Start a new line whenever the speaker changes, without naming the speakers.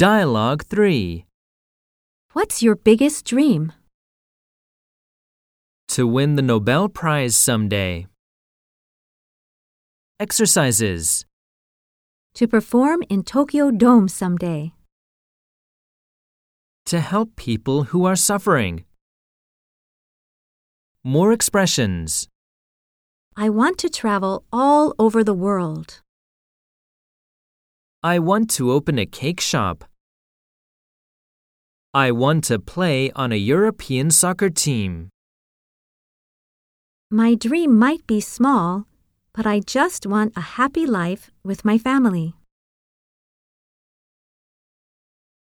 Dialogue 3
What's your biggest dream?
To win the Nobel Prize someday. Exercises
To perform in Tokyo Dome someday.
To help people who are suffering. More expressions.
I want to travel all over the world.
I want to open a cake shop. I want to play on a European soccer team.
My dream might be small, but I just want a happy life with my family.